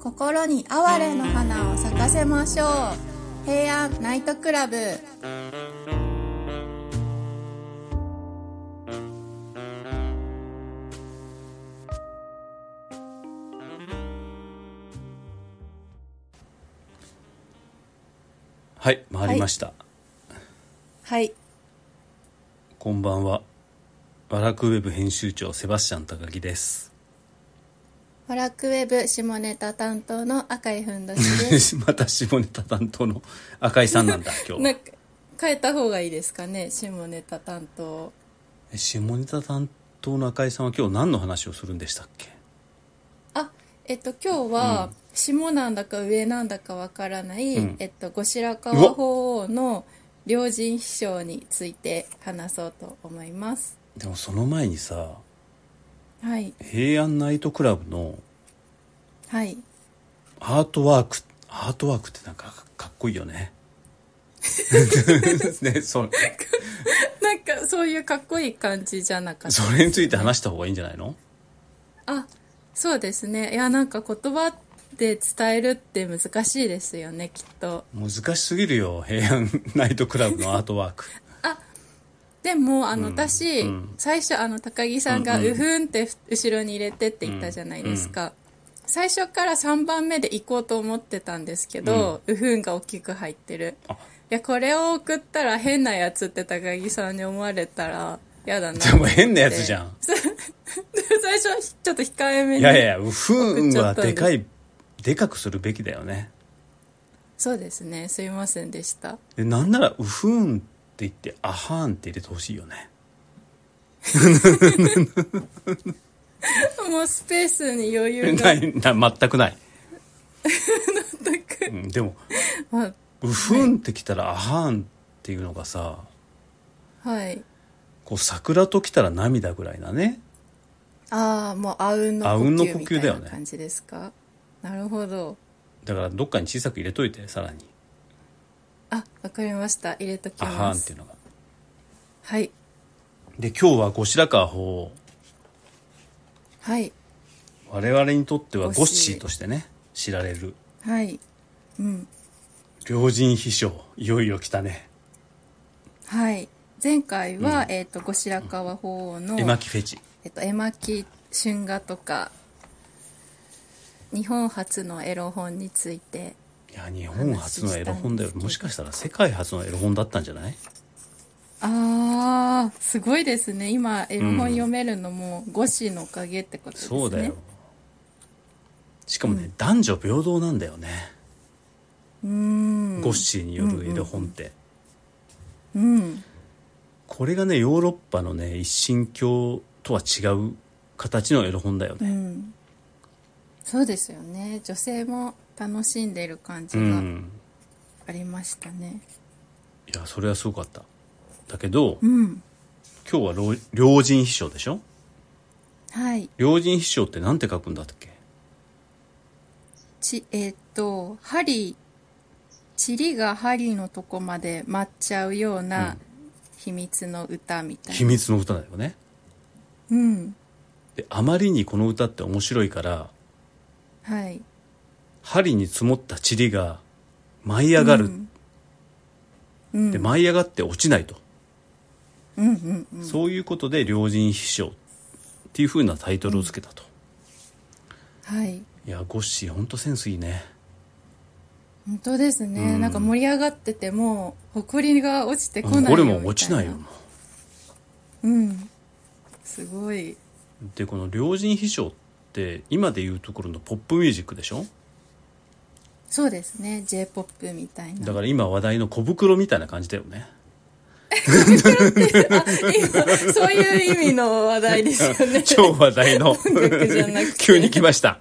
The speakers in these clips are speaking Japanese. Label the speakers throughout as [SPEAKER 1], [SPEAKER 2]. [SPEAKER 1] 心に哀れの花を咲かせましょう平安ナイトクラブ
[SPEAKER 2] はい回りました、
[SPEAKER 1] はい
[SPEAKER 2] こんばんはワラクウェブ編集長セバスチャン高木です
[SPEAKER 1] ワラクウェブ下ネタ担当の赤いふんどしです
[SPEAKER 2] また下ネタ担当の赤井さんなんだ今 日
[SPEAKER 1] なん
[SPEAKER 2] は
[SPEAKER 1] か変えた方がいいですかね下ネタ担当
[SPEAKER 2] え下ネタ担当の赤井さんは今日何の話をするんでしたっけ
[SPEAKER 1] あえっと今日は、下なんだか上なんだかわからない、
[SPEAKER 2] うん
[SPEAKER 1] えっと後白河法皇の良人秘書について話そうと思います
[SPEAKER 2] でもその前にさ
[SPEAKER 1] はい
[SPEAKER 2] 平安ナイトクラブの
[SPEAKER 1] はい
[SPEAKER 2] アートワークアートワークってなんかかっこいいよね ねそれ
[SPEAKER 1] なんかそういうかっこいい感じじゃなかった
[SPEAKER 2] それについて話した方がいいんじゃないの
[SPEAKER 1] あそうですねいやなんか言葉で伝えるって難しいですよねきっと
[SPEAKER 2] 難しすぎるよ平安ナイトクラブのアートワーク
[SPEAKER 1] でもあの、私、
[SPEAKER 2] うん
[SPEAKER 1] 最初あの高木さんが「
[SPEAKER 2] うんうん
[SPEAKER 1] うふん」ってふ後ろに入れてって言ったじゃないですか、最初から3番目で行こうと思ってたんですけど「うふん」が大きく入ってる
[SPEAKER 2] あ
[SPEAKER 1] いやこれを送ったら変なやつって高木さんに思われたら嫌だな
[SPEAKER 2] でも変なやつじゃ
[SPEAKER 1] ん
[SPEAKER 2] ん
[SPEAKER 1] 最初ちょっと控えめに
[SPEAKER 2] いやいやいやうふ
[SPEAKER 1] 送っ
[SPEAKER 2] ん
[SPEAKER 1] ちゃ
[SPEAKER 2] は
[SPEAKER 1] ったんで
[SPEAKER 2] ですかいでかくするべきだよね
[SPEAKER 1] そうですねすいませんでした
[SPEAKER 2] でなんならうふんって言ってあはんって入れてほしいよね
[SPEAKER 1] もうスペースに余裕
[SPEAKER 2] な
[SPEAKER 1] が
[SPEAKER 2] いな全くない全く、うん、でも
[SPEAKER 1] あ
[SPEAKER 2] うふんってきたらあはんっていうのがさ
[SPEAKER 1] はい
[SPEAKER 2] こう桜ときたら涙ぐらいなね
[SPEAKER 1] ああもうあうんの
[SPEAKER 2] あ
[SPEAKER 1] 呼
[SPEAKER 2] うんの
[SPEAKER 1] 吸
[SPEAKER 2] 呼
[SPEAKER 1] みた
[SPEAKER 2] 吸
[SPEAKER 1] い
[SPEAKER 2] だよね
[SPEAKER 1] な感じですか、なるほど
[SPEAKER 2] だからどっかに小さく入れといてさらに
[SPEAKER 1] あわかりました入れとき
[SPEAKER 2] あは
[SPEAKER 1] ま
[SPEAKER 2] んってい
[SPEAKER 1] す
[SPEAKER 2] うのが
[SPEAKER 1] はい
[SPEAKER 2] で今日は後白河法
[SPEAKER 1] はい
[SPEAKER 2] 皇我々にとってはゴ
[SPEAKER 1] ゴ
[SPEAKER 2] ッ
[SPEAKER 1] ッ
[SPEAKER 2] シ
[SPEAKER 1] シー
[SPEAKER 2] ーとしてね知られる
[SPEAKER 1] はいうん
[SPEAKER 2] 良人秘書いよいよ来たね
[SPEAKER 1] はい前回は、えっ、と後白河法皇の
[SPEAKER 2] 絵巻フェチ
[SPEAKER 1] えっと、絵巻春画とか日本初のエロ本について
[SPEAKER 2] いや日本初のエロ本だよもしかしたら世界初のエロ本だったんじゃない
[SPEAKER 1] あーすごいですね今エロ本読めるのも五子のおかげってことですね、
[SPEAKER 2] そうだよしかもね、男女平等なんだよね
[SPEAKER 1] うーん
[SPEAKER 2] ゴッシーによるエロ本って、
[SPEAKER 1] うん
[SPEAKER 2] これがねヨーロッパのね一神教とは違う形のエロ本だよ
[SPEAKER 1] う
[SPEAKER 2] ね
[SPEAKER 1] んそうですよね女性も楽しんでる感じ
[SPEAKER 2] う
[SPEAKER 1] が
[SPEAKER 2] ん
[SPEAKER 1] ありましたね
[SPEAKER 2] いやそれはすごかっただけど
[SPEAKER 1] うん
[SPEAKER 2] 今日は老老人秘書でしょ
[SPEAKER 1] はい
[SPEAKER 2] 老人秘書ってなんて書くんだっけ
[SPEAKER 1] ちえーっと針チリが針のとこまで舞っちゃうような秘密の歌みたい
[SPEAKER 2] 秘
[SPEAKER 1] な、
[SPEAKER 2] 密の歌だよね
[SPEAKER 1] うん
[SPEAKER 2] であまりにこの歌って面白いから
[SPEAKER 1] はい
[SPEAKER 2] 針に積もった塵が舞い上がる、
[SPEAKER 1] うん
[SPEAKER 2] で舞い上がって落ちないと、
[SPEAKER 1] うんうんうん
[SPEAKER 2] そういうことで「良人秘書」っていうふうなタイトルをつけたと、
[SPEAKER 1] はい
[SPEAKER 2] いやゴッシーほんとセンスいいね
[SPEAKER 1] 本当ですね、
[SPEAKER 2] うん
[SPEAKER 1] なんか盛り上がっててもほこりが落ちてこないよ
[SPEAKER 2] これも落ちないよ
[SPEAKER 1] み
[SPEAKER 2] も
[SPEAKER 1] たいなうんすごいう
[SPEAKER 2] でこの「良人秘書」って今でいうところのポップミュージックでしょ
[SPEAKER 1] そうですね j p o p みたいな
[SPEAKER 2] だから今話題の小袋みたいな感じだよね
[SPEAKER 1] 今 そういう意味の話題ですよね
[SPEAKER 2] 超話 題の
[SPEAKER 1] 楽じゃなくて
[SPEAKER 2] 急に来ました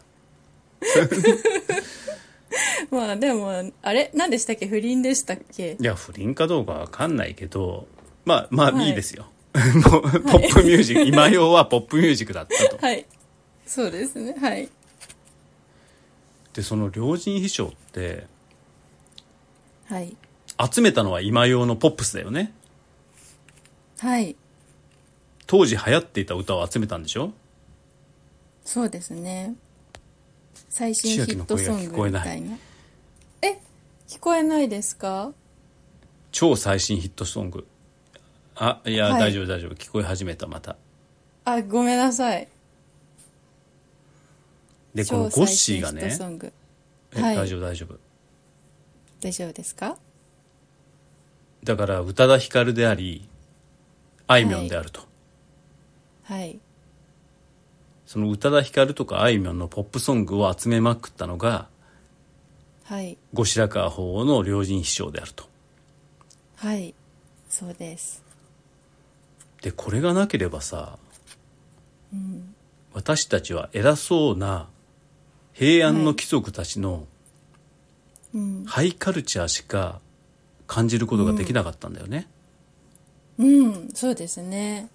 [SPEAKER 1] まあでもあれ何でしたっけ不倫でしたっけ
[SPEAKER 2] いや不倫かどうかわかんないけどまあまあ、
[SPEAKER 1] はい
[SPEAKER 2] い、いですよ もうポップミュージック、今用はポップミュージックだったと
[SPEAKER 1] はいそうですねはい
[SPEAKER 2] でその良人秘書って
[SPEAKER 1] はい
[SPEAKER 2] 集めたのは今用のポップスだよね
[SPEAKER 1] はい
[SPEAKER 2] 当時流行っていた歌を集めたんでしょ
[SPEAKER 1] そうですね最新ヒットソングみたいなえ聞こえないですか
[SPEAKER 2] 超最新ヒットソングあいや、
[SPEAKER 1] はい
[SPEAKER 2] 大丈夫大丈夫聞こえ始めたまた
[SPEAKER 1] あごめんなさい
[SPEAKER 2] でこのゴッシーがね
[SPEAKER 1] 超最新ヒットソング
[SPEAKER 2] え
[SPEAKER 1] はい
[SPEAKER 2] 大丈夫大丈夫
[SPEAKER 1] 大丈夫ですか
[SPEAKER 2] だから宇多田ヒカルでありあいみょんであると、
[SPEAKER 1] はい
[SPEAKER 2] その宇多田ヒカルとかあいみょんのポップソングを集めまくったのが
[SPEAKER 1] はい
[SPEAKER 2] 後白河法皇の両人秘書であると
[SPEAKER 1] はいそうです
[SPEAKER 2] でこれがなければさ、私たちは偉そうな平安の貴族たちの
[SPEAKER 1] うん
[SPEAKER 2] ハイカルチャーしか感じることができなかったんだよね、
[SPEAKER 1] うんそうですね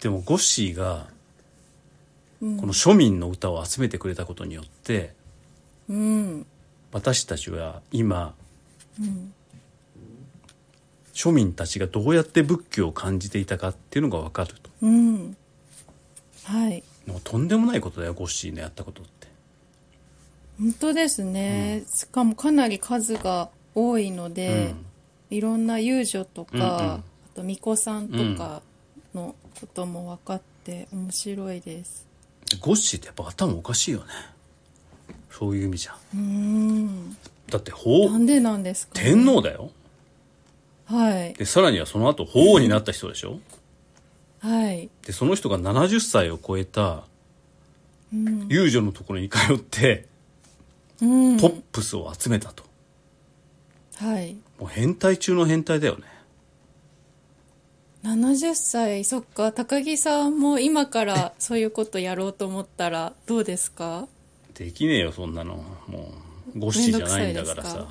[SPEAKER 2] でもゴッシーがこの庶民の歌を集めてくれたことによって
[SPEAKER 1] うん
[SPEAKER 2] 私たちは今、庶民たちがどうやって仏教を感じていたかっていうのが分かると
[SPEAKER 1] うんはい
[SPEAKER 2] もうとんでもないことだよゴッシーのやったことって
[SPEAKER 1] 本当ですね、しかもかなり数が多いので、いろんな遊女とか、
[SPEAKER 2] うんうん
[SPEAKER 1] あと巫女さんとかのことも分かって面白いです
[SPEAKER 2] ゴッシーってやっぱ頭おかしいよねそういう意味じゃん
[SPEAKER 1] うーん
[SPEAKER 2] だって法
[SPEAKER 1] なんでなんですか、
[SPEAKER 2] 天皇だよ
[SPEAKER 1] はい
[SPEAKER 2] でさらにはその後法皇になった人でしょ
[SPEAKER 1] はい
[SPEAKER 2] でその人が70歳を超えた遊女のところに通って、
[SPEAKER 1] うん
[SPEAKER 2] ポップスを集めたと
[SPEAKER 1] はい
[SPEAKER 2] もう変態中の変態だよね
[SPEAKER 1] 70歳そっか高木さんも今からそういうことやろうと思ったらどうですか
[SPEAKER 2] できねえよそんなのもうゴッシーじゃないんだから
[SPEAKER 1] めんど
[SPEAKER 2] さ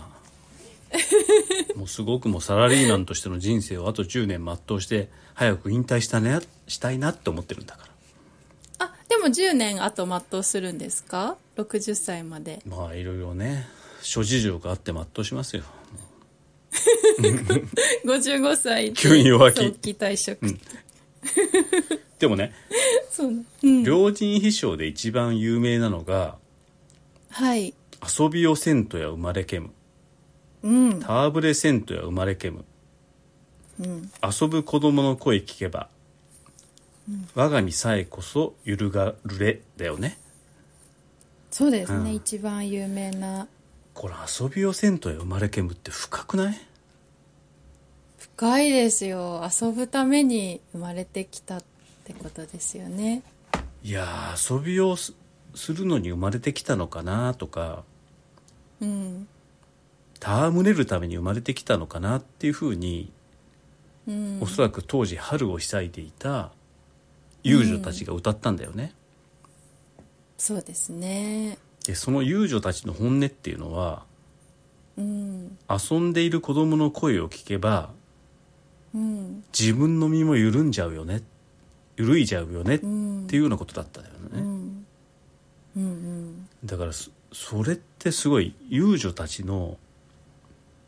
[SPEAKER 1] く
[SPEAKER 2] もうすごくもうサラリーマンとしての人生をあと10年全うして早く引退した,、ね、したいなって思ってるんだから
[SPEAKER 1] あでも10年後全うするんですか60歳まで
[SPEAKER 2] まあいろいろね諸事情があって全うしますよ
[SPEAKER 1] 55歳
[SPEAKER 2] 急に弱気
[SPEAKER 1] 早期退職、
[SPEAKER 2] でもね
[SPEAKER 1] そうね
[SPEAKER 2] 両人秘書で一番有名なのが
[SPEAKER 1] はい
[SPEAKER 2] 「遊びをせんとや生まれけむ」
[SPEAKER 1] うん
[SPEAKER 2] 「たわぶれせんとや生まれけむ」遊ぶ子供の声聞けば」我が身さえこそ揺るがるれ」だよね
[SPEAKER 1] そうですね、
[SPEAKER 2] うん
[SPEAKER 1] 一番有名な
[SPEAKER 2] これ「遊びをせんとや生まれけむ」って深くない
[SPEAKER 1] 深いですよ遊ぶために生まれてきたってことですよね
[SPEAKER 2] いやー遊びをすするのに生まれてきたのかなとか
[SPEAKER 1] うん
[SPEAKER 2] 戯れるために生まれてきたのかなっていうふうに、おそらく当時春を咲いていた遊女たちが歌ったんだよね、
[SPEAKER 1] そうですね
[SPEAKER 2] でその遊女たちの本音っていうのは
[SPEAKER 1] うん
[SPEAKER 2] 遊んでいる子供の声を聞けば
[SPEAKER 1] うん
[SPEAKER 2] 自分の身も緩んじゃうよね緩いじゃうよねっ
[SPEAKER 1] うん
[SPEAKER 2] ていうようなことだったんだよね、
[SPEAKER 1] うんうんうん
[SPEAKER 2] だからそそれってすごい遊女たちの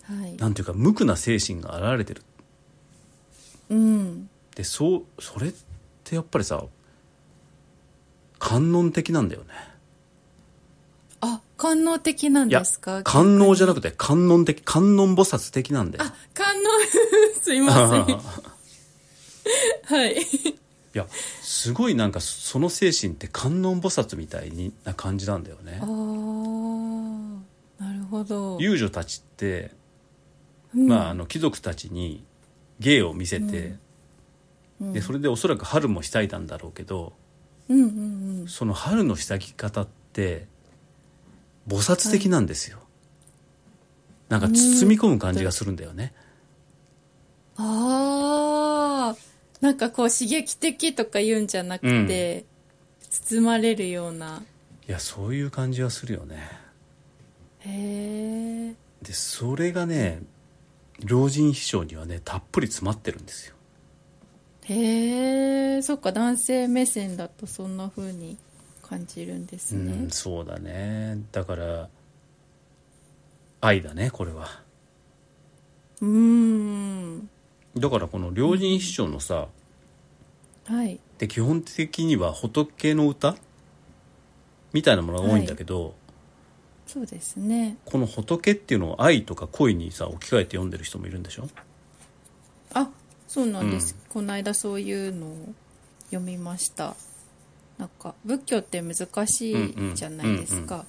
[SPEAKER 1] はい
[SPEAKER 2] なんていうか無垢な精神が現れてる
[SPEAKER 1] うん
[SPEAKER 2] でそうそれってやっぱりさ観音的なんだよね
[SPEAKER 1] あ官能的なんですか
[SPEAKER 2] 観音じゃなくて観音的観音菩薩的なんだよ
[SPEAKER 1] あ官能 すいませんはい
[SPEAKER 2] いやすごいなんかその精神って観音菩薩みたいにな感じなんだよね
[SPEAKER 1] ああなるほど
[SPEAKER 2] 遊女たちって、
[SPEAKER 1] うん
[SPEAKER 2] まあ、あの貴族たちに芸を見せて、でそれでおそらく春も開いたんだろうけど
[SPEAKER 1] うんうんうん
[SPEAKER 2] その春の開き方って菩薩的なんですよ、なんか包み込む感じがするんだよね、
[SPEAKER 1] ああなんかこう刺激的とか言うんじゃなくて、包まれるようない
[SPEAKER 2] やそういう感じはするよね
[SPEAKER 1] へえ
[SPEAKER 2] でそれがね老人秘書にはねたっぷり詰まってるんですよ
[SPEAKER 1] へえそっか男性目線だとそんな風に感じるんです
[SPEAKER 2] う
[SPEAKER 1] ね、
[SPEAKER 2] んそうだねだから愛だねこれは
[SPEAKER 1] うーん
[SPEAKER 2] だからこの両人秘書のさ、
[SPEAKER 1] はい
[SPEAKER 2] で基本的には仏の歌みたいなものが多いんだけど、
[SPEAKER 1] そうですね
[SPEAKER 2] この仏っていうのを愛とか恋にさ置き換えて読んでる人もいるんでしょ
[SPEAKER 1] あそうなんです、この間そういうのを読みましたなんか仏教って難しいじゃないですか、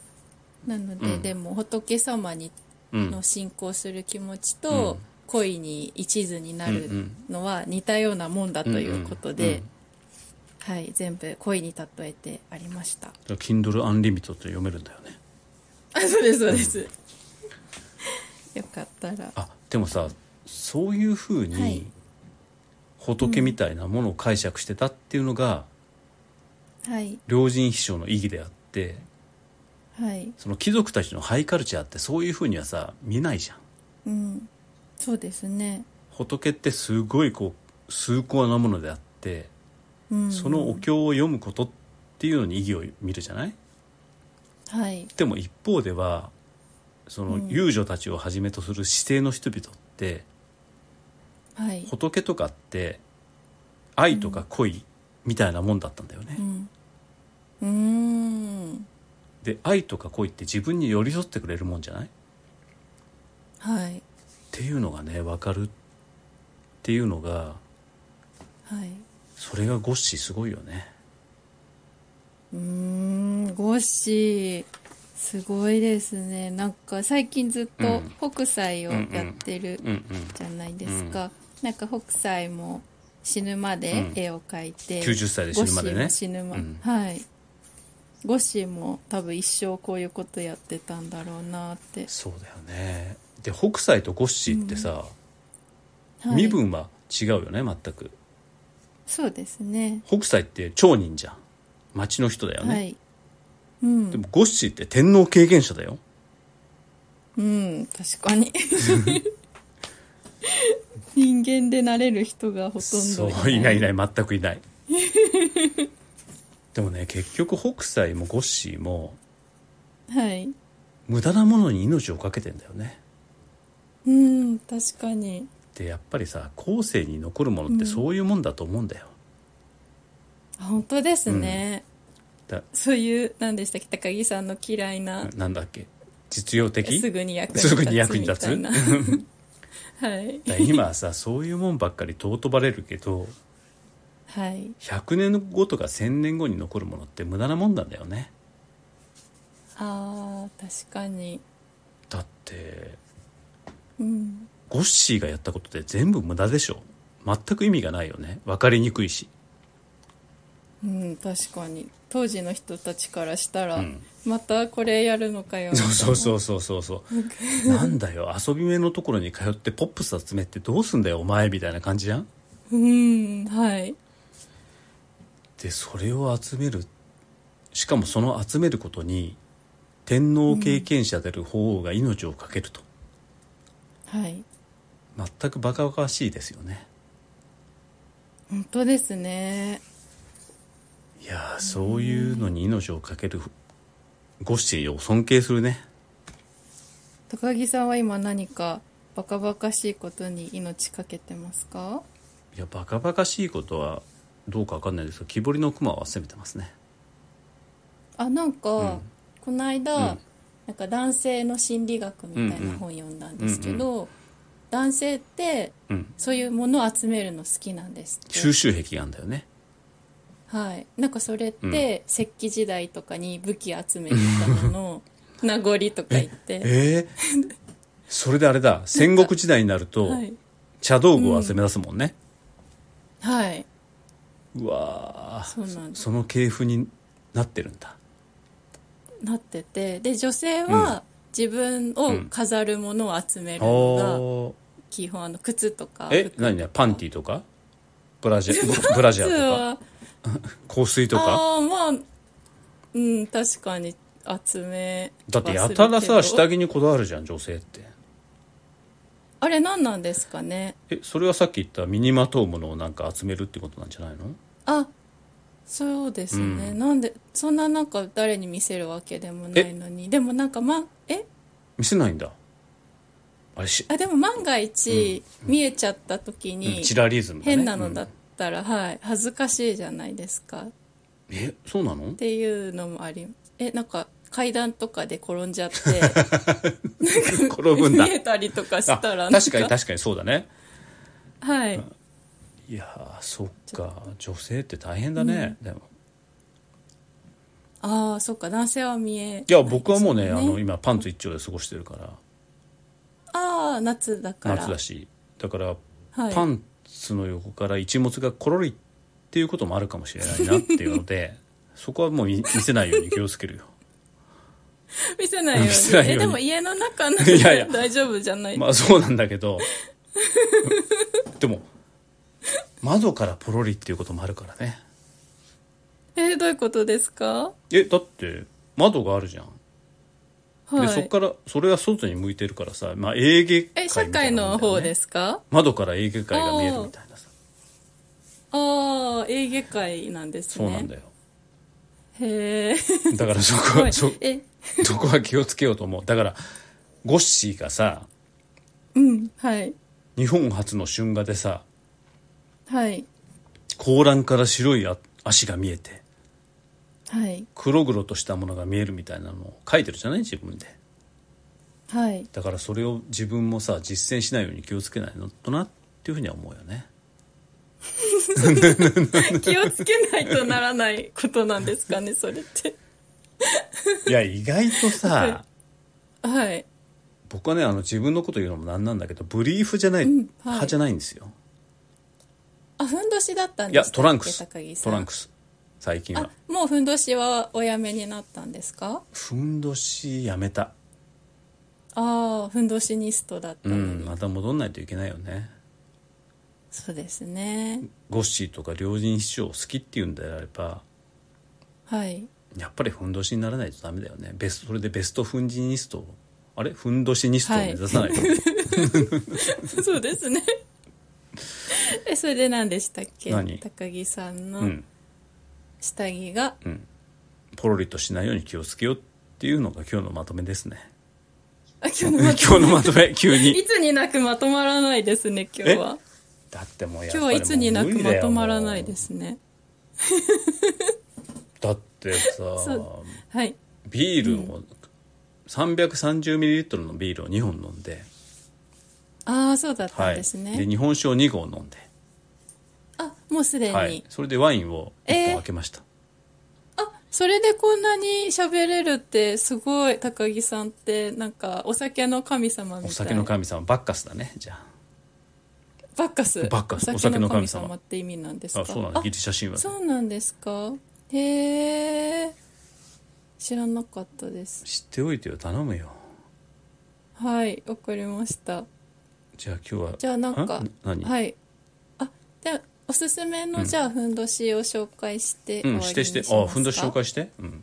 [SPEAKER 1] なので、
[SPEAKER 2] うん
[SPEAKER 1] でも仏様に
[SPEAKER 2] うん
[SPEAKER 1] の信仰する気持ちと、
[SPEAKER 2] うん
[SPEAKER 1] 恋に一途にな
[SPEAKER 2] うんう
[SPEAKER 1] る
[SPEAKER 2] ん
[SPEAKER 1] のは似たようなもんだということで、
[SPEAKER 2] うんうんうん
[SPEAKER 1] はい全部恋に例えてありま した
[SPEAKER 2] だから Kindle Unlimited で読めるんだよね
[SPEAKER 1] あそうですそうです、よかったら
[SPEAKER 2] あでもさそういうふう
[SPEAKER 1] はい
[SPEAKER 2] に仏みたいなものを解釈してたっていうのが
[SPEAKER 1] はい
[SPEAKER 2] 良人秘書の意義であって
[SPEAKER 1] はい
[SPEAKER 2] その貴族たちのハイカルチャーってそういうふうにはさ見ないじゃん
[SPEAKER 1] うんそうですね
[SPEAKER 2] 仏ってすごいこう崇高なものであって
[SPEAKER 1] うん
[SPEAKER 2] そのお経を読むことっていうのに意義を見るじゃない
[SPEAKER 1] はい
[SPEAKER 2] でも一方ではその遊女たちをはじめとする姿勢の人々って
[SPEAKER 1] はい
[SPEAKER 2] 仏とかって愛とか恋みたいなもんだったんだよね、
[SPEAKER 1] うんうーん
[SPEAKER 2] で愛とか恋って自分に寄り添ってくれるもんじゃないっ
[SPEAKER 1] はい
[SPEAKER 2] ていうのがね分かるっていうのが
[SPEAKER 1] はい
[SPEAKER 2] それがゴッシーすごいよね
[SPEAKER 1] うーんゴッシーすごいですねなんか最近ずっと北斎をやってる
[SPEAKER 2] うんうん
[SPEAKER 1] じゃないですか、なんか北斎も死ぬまで絵を描いて、
[SPEAKER 2] 90歳で死
[SPEAKER 1] ゴッ
[SPEAKER 2] ぬま
[SPEAKER 1] シー
[SPEAKER 2] で
[SPEAKER 1] も
[SPEAKER 2] ね
[SPEAKER 1] 死ぬまで、
[SPEAKER 2] うん
[SPEAKER 1] はいゴッシーも多分一生こういうことやってたんだろうなって、
[SPEAKER 2] そうだよねで北斎とゴッシーってさ、
[SPEAKER 1] はい、
[SPEAKER 2] 身分は違うよね全く
[SPEAKER 1] そうですね
[SPEAKER 2] 北斎って町人じゃん町の人だよね、
[SPEAKER 1] はいうん
[SPEAKER 2] でもゴッシーって天皇経験者だよ
[SPEAKER 1] うん確か に人間でなれる人がほとんど
[SPEAKER 2] そういないいない全くいない でもね結局北斎もゴッシーも
[SPEAKER 1] はい
[SPEAKER 2] 無駄なものに命を懸けてんだよね
[SPEAKER 1] うん確かに
[SPEAKER 2] でやっぱりさ後世に残るものってそういうもんだと思うんだよ、
[SPEAKER 1] あ本当ですね、
[SPEAKER 2] だ
[SPEAKER 1] そういう何でしたっけ高木さんの嫌いな
[SPEAKER 2] なんだっけ実用的
[SPEAKER 1] すぐに役に立つ
[SPEAKER 2] すぐに役に立つ
[SPEAKER 1] みたいな はい
[SPEAKER 2] だから今はさそういうもんばっかり尊ばれるけど
[SPEAKER 1] はい
[SPEAKER 2] 100年後とか1000年後に残るものって無駄なもんなんだよね
[SPEAKER 1] あー確かに
[SPEAKER 2] だって
[SPEAKER 1] うん
[SPEAKER 2] ゴッシーがやったことって全部無駄でしょ全く意味がないよね分かりにくいし
[SPEAKER 1] うん確かに当時の人たちからしたら、
[SPEAKER 2] うん
[SPEAKER 1] またこれやるのかよみたい
[SPEAKER 2] そう
[SPEAKER 1] な
[SPEAKER 2] そうそうそうそうそうなんだよ遊び目のところに通ってポップス集めてどうすんだよお前みたいな感じじゃん
[SPEAKER 1] うんはい
[SPEAKER 2] でそれを集めるしかもその集めることに天皇経験者である法皇が命を懸けると、
[SPEAKER 1] はい
[SPEAKER 2] 全くバカバカしいですよね
[SPEAKER 1] 本当ですね
[SPEAKER 2] いやーそういうのに命を懸けるゴッシーを尊敬するね
[SPEAKER 1] 高木さんは今何かバカバカしいことに命かけてますか
[SPEAKER 2] いやバカバカしいことはどうか分かんないですけど木彫りの熊は攻めてますね
[SPEAKER 1] あなんか、
[SPEAKER 2] うん
[SPEAKER 1] この間、
[SPEAKER 2] うん
[SPEAKER 1] なんか男性の心理学みたいな本読んだんですけど、男性って
[SPEAKER 2] うん
[SPEAKER 1] そういうものを集めるの好きなんですって
[SPEAKER 2] 収集癖があるんだよね
[SPEAKER 1] はい、なんかそれって、石器時代とかに武器集めてたの の名残とか言って、
[SPEAKER 2] ええーそれであれだ戦国時代になると
[SPEAKER 1] はい
[SPEAKER 2] 茶道具を集め出すもんね、
[SPEAKER 1] はい、
[SPEAKER 2] うわー
[SPEAKER 1] そうなんです
[SPEAKER 2] その系譜になってるんだ
[SPEAKER 1] なっててで女性は自分を飾るものを集めるのが、
[SPEAKER 2] お
[SPEAKER 1] 基本あの靴とか
[SPEAKER 2] え
[SPEAKER 1] 服
[SPEAKER 2] 何ねパンティとかブラジ ャーブラジャ
[SPEAKER 1] 靴
[SPEAKER 2] ーとか
[SPEAKER 1] は
[SPEAKER 2] 香水とか
[SPEAKER 1] ああまあうん確かに集め
[SPEAKER 2] だってやたらさ下
[SPEAKER 1] 着
[SPEAKER 2] 着にこだわるじゃん女性って
[SPEAKER 1] あれ何なんですかね
[SPEAKER 2] えそれはさっき言った身にまとうものをなんか集めるってことなんじゃないの
[SPEAKER 1] あそうですね、
[SPEAKER 2] うん
[SPEAKER 1] なんでそんななんか誰に見せるわけでもないのにでもなんかまえ
[SPEAKER 2] 見せないんだあれし、
[SPEAKER 1] あでも万が一見えちゃった時
[SPEAKER 2] うん
[SPEAKER 1] に
[SPEAKER 2] チラリズムだね
[SPEAKER 1] 変なのだ
[SPEAKER 2] う
[SPEAKER 1] っ
[SPEAKER 2] ん
[SPEAKER 1] たら、はい恥ずかしいじゃないですかっ
[SPEAKER 2] えそうなの
[SPEAKER 1] ていうのもありえなんか階段とかで転んじゃって
[SPEAKER 2] 転 ぶんだ
[SPEAKER 1] 見えたりとか
[SPEAKER 2] あ
[SPEAKER 1] したら
[SPEAKER 2] 確かに
[SPEAKER 1] なん
[SPEAKER 2] 確かにそうだね
[SPEAKER 1] はい
[SPEAKER 2] いやーそっか女性って大変だね、でも
[SPEAKER 1] ああそっか男性は見えない
[SPEAKER 2] いや僕はもうねあの
[SPEAKER 1] ね
[SPEAKER 2] 今パンツ一丁で過ごしてるから
[SPEAKER 1] ああ夏だから
[SPEAKER 2] 夏だしだから
[SPEAKER 1] はい、
[SPEAKER 2] パンツの横から一物がコロリっていうこともあるかもしれないなっていうのでそこはもう見見せないように気をつけるよ
[SPEAKER 1] 見せないように
[SPEAKER 2] 見せないように
[SPEAKER 1] えでも家の中なら
[SPEAKER 2] いやい や
[SPEAKER 1] 大丈夫じゃない、
[SPEAKER 2] まあそうなんだけど でも窓からポロリっていうこともあるからね
[SPEAKER 1] えどういうことですか
[SPEAKER 2] えだって窓があるじゃん、
[SPEAKER 1] は
[SPEAKER 2] でそっ
[SPEAKER 1] い
[SPEAKER 2] からそれが外に向いてるからさ、まあ、エーゲ海
[SPEAKER 1] え
[SPEAKER 2] みた
[SPEAKER 1] 社
[SPEAKER 2] いな
[SPEAKER 1] 会
[SPEAKER 2] も
[SPEAKER 1] の
[SPEAKER 2] んだよね
[SPEAKER 1] 方ですか
[SPEAKER 2] 窓からエーゲ海が見えるみたいなさ
[SPEAKER 1] ああエーゲ海なんです
[SPEAKER 2] そ
[SPEAKER 1] ね
[SPEAKER 2] うなんだよ
[SPEAKER 1] へ えす
[SPEAKER 2] だからそ
[SPEAKER 1] ご
[SPEAKER 2] こ
[SPEAKER 1] い
[SPEAKER 2] はそ
[SPEAKER 1] え
[SPEAKER 2] そこは気をつけようと思うだからゴッシーがさ
[SPEAKER 1] うんはい
[SPEAKER 2] 日本初の春画でさ
[SPEAKER 1] はい
[SPEAKER 2] 高欄から白いあ足が見えて
[SPEAKER 1] はい
[SPEAKER 2] 黒々としたものが見えるみたいなのを書いてるじゃない自分で
[SPEAKER 1] はい
[SPEAKER 2] だからそれを自分もさ実践しないように気をつけないのとなっていうふうには思うよね
[SPEAKER 1] 気をつけないとならないことなんですかねそれ って
[SPEAKER 2] いや意外とさ
[SPEAKER 1] はい
[SPEAKER 2] 僕はねあの自分のこと言うのもなんなんだけどブリーフじゃない、
[SPEAKER 1] んはい
[SPEAKER 2] 派じゃないんですよ
[SPEAKER 1] あふんどしだったん
[SPEAKER 2] い
[SPEAKER 1] で
[SPEAKER 2] や
[SPEAKER 1] す
[SPEAKER 2] トランクス
[SPEAKER 1] 高木さ
[SPEAKER 2] ト
[SPEAKER 1] ん
[SPEAKER 2] ランクス最近は
[SPEAKER 1] あもうふんどしはおやめになったんですか
[SPEAKER 2] ふんどしやめた
[SPEAKER 1] ああふんどしニストだった
[SPEAKER 2] う
[SPEAKER 1] のに、
[SPEAKER 2] んまた戻んないといけないよね
[SPEAKER 1] そうですね
[SPEAKER 2] ゴッシーとか両人師匠を好きっていうんであれば
[SPEAKER 1] はい
[SPEAKER 2] やっぱりふんどしにならないとダメだよねベストそれでベストふんじニストをあれふんどしニストを目指さない と、
[SPEAKER 1] そうですね。え、それで何でしたっけ
[SPEAKER 2] 何
[SPEAKER 1] 高木さん
[SPEAKER 2] う
[SPEAKER 1] の
[SPEAKER 2] ん
[SPEAKER 1] 下着が、
[SPEAKER 2] ポロリとしないように気をつけようっていうのが今日のまとめですね
[SPEAKER 1] あ、今日の
[SPEAKER 2] 今
[SPEAKER 1] ま
[SPEAKER 2] 日のまとめ 急に
[SPEAKER 1] いつになくまとまらないですね、今日は。
[SPEAKER 2] だってもうやっぱ
[SPEAKER 1] 今日
[SPEAKER 2] りもう
[SPEAKER 1] はいつになく
[SPEAKER 2] 無理
[SPEAKER 1] ま
[SPEAKER 2] だよ
[SPEAKER 1] とまらないですね。
[SPEAKER 2] もうだってさ
[SPEAKER 1] そうはい。
[SPEAKER 2] ビールを、330ml のビールを2本飲んで
[SPEAKER 1] ああ、そうだった
[SPEAKER 2] は
[SPEAKER 1] ん
[SPEAKER 2] い
[SPEAKER 1] ですね。
[SPEAKER 2] で日本酒を2合飲んで、
[SPEAKER 1] あ、もうすでに。
[SPEAKER 2] はい、それでワインを1本開けました、
[SPEAKER 1] あ、それでこんなに喋れるって、すごい、高木さんって、なんか、お酒の神様みたい
[SPEAKER 2] お酒の神様バッカスだねじゃあ
[SPEAKER 1] バッカス。
[SPEAKER 2] バッカス
[SPEAKER 1] お酒の神
[SPEAKER 2] お酒の神様
[SPEAKER 1] 様って意味なんですか
[SPEAKER 2] あそうなんだギリシャ神話
[SPEAKER 1] そうなんですかへえ知らなかったです
[SPEAKER 2] 知っておいてよ頼むよ
[SPEAKER 1] はいわかりました
[SPEAKER 2] じゃあ今日は
[SPEAKER 1] じゃあなんか
[SPEAKER 2] ん何、
[SPEAKER 1] はいあじゃあおすすめの、じゃあふんどしを紹介して
[SPEAKER 2] う
[SPEAKER 1] 終わ
[SPEAKER 2] ん
[SPEAKER 1] り
[SPEAKER 2] し
[SPEAKER 1] に
[SPEAKER 2] て
[SPEAKER 1] し
[SPEAKER 2] して
[SPEAKER 1] ますか、
[SPEAKER 2] あふんどし紹介してうん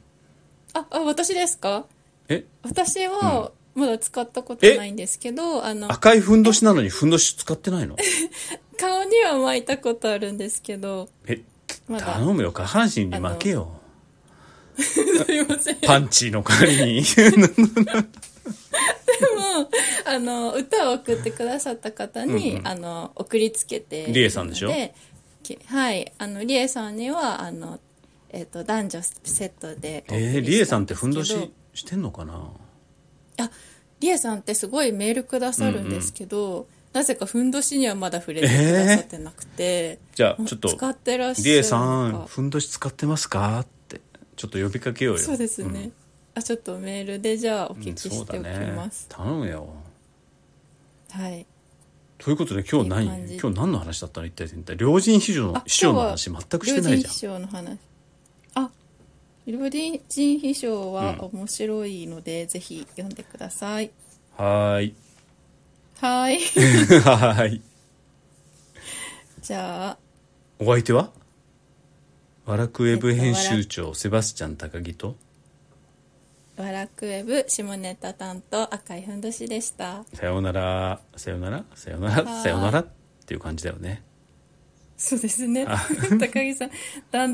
[SPEAKER 1] ああ私ですか
[SPEAKER 2] え
[SPEAKER 1] 私はまだ使ったこと
[SPEAKER 2] え
[SPEAKER 1] ないんですけどあの
[SPEAKER 2] 赤いふんどしなのにふんどし使ってないの
[SPEAKER 1] 顔には巻いたことあるんですけ ど
[SPEAKER 2] え
[SPEAKER 1] まだ
[SPEAKER 2] 頼むよ下半身に負けよ
[SPEAKER 1] すいません
[SPEAKER 2] パンチの代わりに
[SPEAKER 1] あの歌を送ってくださった方に、
[SPEAKER 2] うんうん
[SPEAKER 1] あの送りつけて
[SPEAKER 2] リエさんでしょ
[SPEAKER 1] きはいあのリエさんにはあの、えっと男女セットでお送り
[SPEAKER 2] え
[SPEAKER 1] し
[SPEAKER 2] ー、
[SPEAKER 1] た
[SPEAKER 2] リエさんってふんど
[SPEAKER 1] ですけ
[SPEAKER 2] ししてんのかな
[SPEAKER 1] どあリエさんってすごいメールくださるんですけど、なぜかふんどしにはまだ触れてくださってなくて、
[SPEAKER 2] じゃあちょっと
[SPEAKER 1] 使ってらっしゃる
[SPEAKER 2] リエさ
[SPEAKER 1] の
[SPEAKER 2] ん
[SPEAKER 1] か
[SPEAKER 2] ふんどし使ってますかってちょっと呼びかけようよ
[SPEAKER 1] そうですね、あちょっとメールでじゃあお
[SPEAKER 2] うん
[SPEAKER 1] 聞き
[SPEAKER 2] そ
[SPEAKER 1] し
[SPEAKER 2] う
[SPEAKER 1] て
[SPEAKER 2] だ
[SPEAKER 1] おき
[SPEAKER 2] ね
[SPEAKER 1] ます、
[SPEAKER 2] 頼むよ
[SPEAKER 1] はい
[SPEAKER 2] ということで今日
[SPEAKER 1] い
[SPEAKER 2] 何
[SPEAKER 1] い感じ
[SPEAKER 2] 今日何の話だったの一体全体両人秘書の
[SPEAKER 1] あ
[SPEAKER 2] 秘書の
[SPEAKER 1] 今
[SPEAKER 2] 話
[SPEAKER 1] 日
[SPEAKER 2] 全
[SPEAKER 1] は
[SPEAKER 2] くしてないじゃん
[SPEAKER 1] 両人秘書の話あ両人秘書は面白いので、ぜひ読んでください
[SPEAKER 2] はーい
[SPEAKER 1] はーい
[SPEAKER 2] はーい
[SPEAKER 1] じゃあ
[SPEAKER 2] お相手はワラクウェブ編集長セバスチャン高木と
[SPEAKER 1] ワラクウェブ下ネタ担当赤いふんどしでした
[SPEAKER 2] さようならさようならさような
[SPEAKER 1] は
[SPEAKER 2] ら
[SPEAKER 1] い
[SPEAKER 2] さようならっていう感じだよね
[SPEAKER 1] そうですね高木さんだんだん